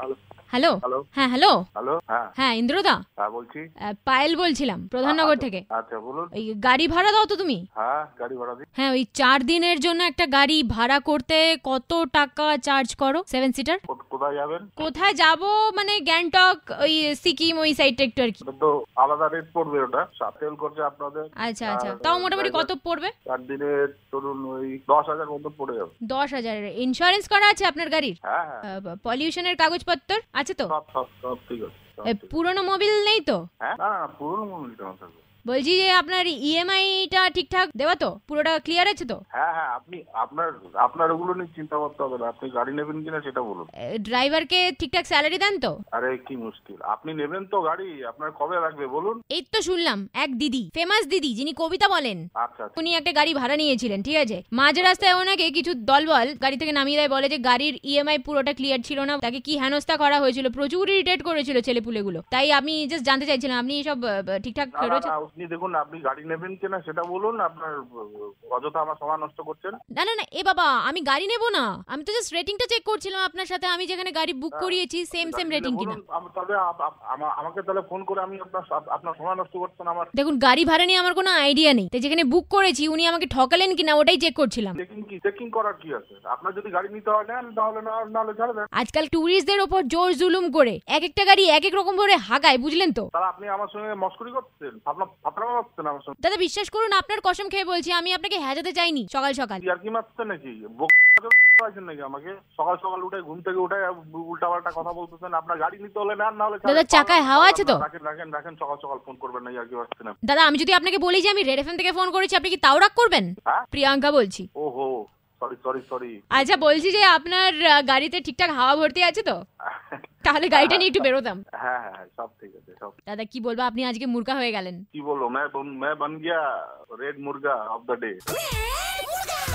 Hello hello. হ্যাঁ hello hello হ্যাঁ হ্যাঁ ইন্দ্রদা হ্যাঁ বলছি আহ, পায়েল বলছিলাম প্রধাননগর থেকে আচ্ছা বলুন ওই গাড়ি ভাড়া দাও তো তুমি হ্যাঁ গাড়ি ভাড়া দিন হ্যাঁ ওই চার দিনের জন্য একটা গাড়ি ভাড়া করতে কত টাকা চার্জ করো সেভেন সিটার কো- কোথায় যাবেন কোথায় যাব মানে গ্যাংটক ওই সিকিম ওই সাইডটা একটু আর কি ওটা তো আলাদা রেট পড়বে ওটা সাত তেল খরচা আপনাদের আচ্ছা আচ্ছা তাও মোটামুটি কত পড়বে চার দিনে ধরুন ওই দশ হাজার মতো পড়ে যাবে দশ হাজারের ইন্স্যুরেন্স করা আছে আপনার গাড়ির হ্যাঁ হ্যাঁ পলিউশনের কাগজপত্র আছে তো সব সব সব ঠিক আছে সব এ, ঠিক আছে। পুরনো মোবিল নেই তো হ্যাঁ না না পুরনো মোবাইল কেন থাকবে বলছি যে আপনার ইএমআইটা ঠিকঠাক দেওয়া তো পুরোটা ক্লিয়ার আছে তো হ্যাঁ হ্যাঁ আপনি আপনার আপনার ওগুলো নিয়ে চিন্তা করতে হবে না আপনি গাড়ি নেবেন কিনা সেটা বলুন এ, ড্রাইভারকে ঠিকঠাক স্যালারি দেন তো আরে কি মুশকিল আপনি নেবেন তো গাড়ি আপনার কবে লাগবে বলুন এই তো শুনলাম এক দিদি ফেমাস দিদি যিনি কবিতা বলেন আচ্ছা আচ্ছা। উনি একটা গাড়ি ভাড়া নিয়েছিলেন ঠিক আছে মাঝ রাস্তায় ওনাকে কিছু দলবল গাড়ি থেকে নামিয়ে দেয় বলে যে গাড়ির ইএমআই পুরোটা ক্লিয়ার ছিল না তাকে কি হেনস্থা করা হয়েছিল প্রচুর ইরিটেট করেছিল ছেলেপুলেগুলো তাই আমি জাস্ট জানতে চাইছিলাম আপনি সব ঠিকঠাক না, না, রয়েছে না, আপনি দেখুন আপনি গাড়ি নেবেন কিনা সেটা বলুন আপনার আহ, অযথা আমার সময় নষ্ট করছেন না না না এ বাবা আমি গাড়ি নেব না আমি তো জাস্ট রেটিংটা চেক করছিলাম আপনার সাথে আমি যেখানে গাড়ি বুক করিয়েছি সেম সেম গাড়ি নিলে রেটিং কিনা বলুন, আম- তবে আপ- আপ- আমা- আমাকে তাহলে ফোন করে আমি আপনার আপ- আপনার সময় নষ্ট করছেন আমার দেখুন গাড়ি ভাড়া নিয়ে আমার কোনো আইডিয়া নেই তাই যেখানে বুক করেছি উনি আমাকে ঠকালেন কিনা ওটাই চেক করছিলাম চেকিং কি চেকিং করার কি আছে আপনার যদি গাড়ি নিতে হয় নেন তাহলে না নাহলে ছেড়ে দেন আজকাল ট্যুরিস্টদের ওপর জোর জুলুম করে এক একটা গাড়ি এক এক রকম করে হাগায় বুঝলেন তো তাহলে আপনি আমার সঙ্গে মস্করি করছেন আপনার ফাতরা মারছেন আমার সঙ্গে দাদা বিশ্বাস করুন আপনার কসম খেয়ে বলছি আমি আপনাকে হ্যাজাতে চাইনি সকাল সকাল কি আর কি মারছেন নাকি বোকা পাইছেন নাকি আমাকে সকাল সকাল উঠে ঘুম থেকে উঠে উল্টা পাল্টা কথা বলতেছেন আপনার গাড়ি নিতে হলে নেন নাহলে ছেড়ে দাদা, দেন। চাকায় হাওয়া আছে তো? রাখেন রাখেন রাখেন সকাল সকাল ফোন করবেন না আর কি পারছেন দাদা আমি যদি আপনাকে বলি যে আমি রেড এফএম থেকে ফোন করেছি আপনি কি তাও রাগ করবেন হ্যাঁ? প্রিয়াঙ্কা বলছি ওহো সরি সরি সরি আচ্ছা বলছি যে আপনার আহ, গাড়িতে ঠিকঠাক হাওয়া ভর্তি আছে তো তাহলে গাড়িটা নিয়ে একটু বেরোতাম হ্যাঁ হ্যাঁ হ্যাঁ, সব ঠিক আছে সব দাদা কি বলবো আপনি আজকে মুর্খা হয়ে গেলেন কি বলবো मैं बन मैं बन गया रेड मुर्गा of the day Red Burger.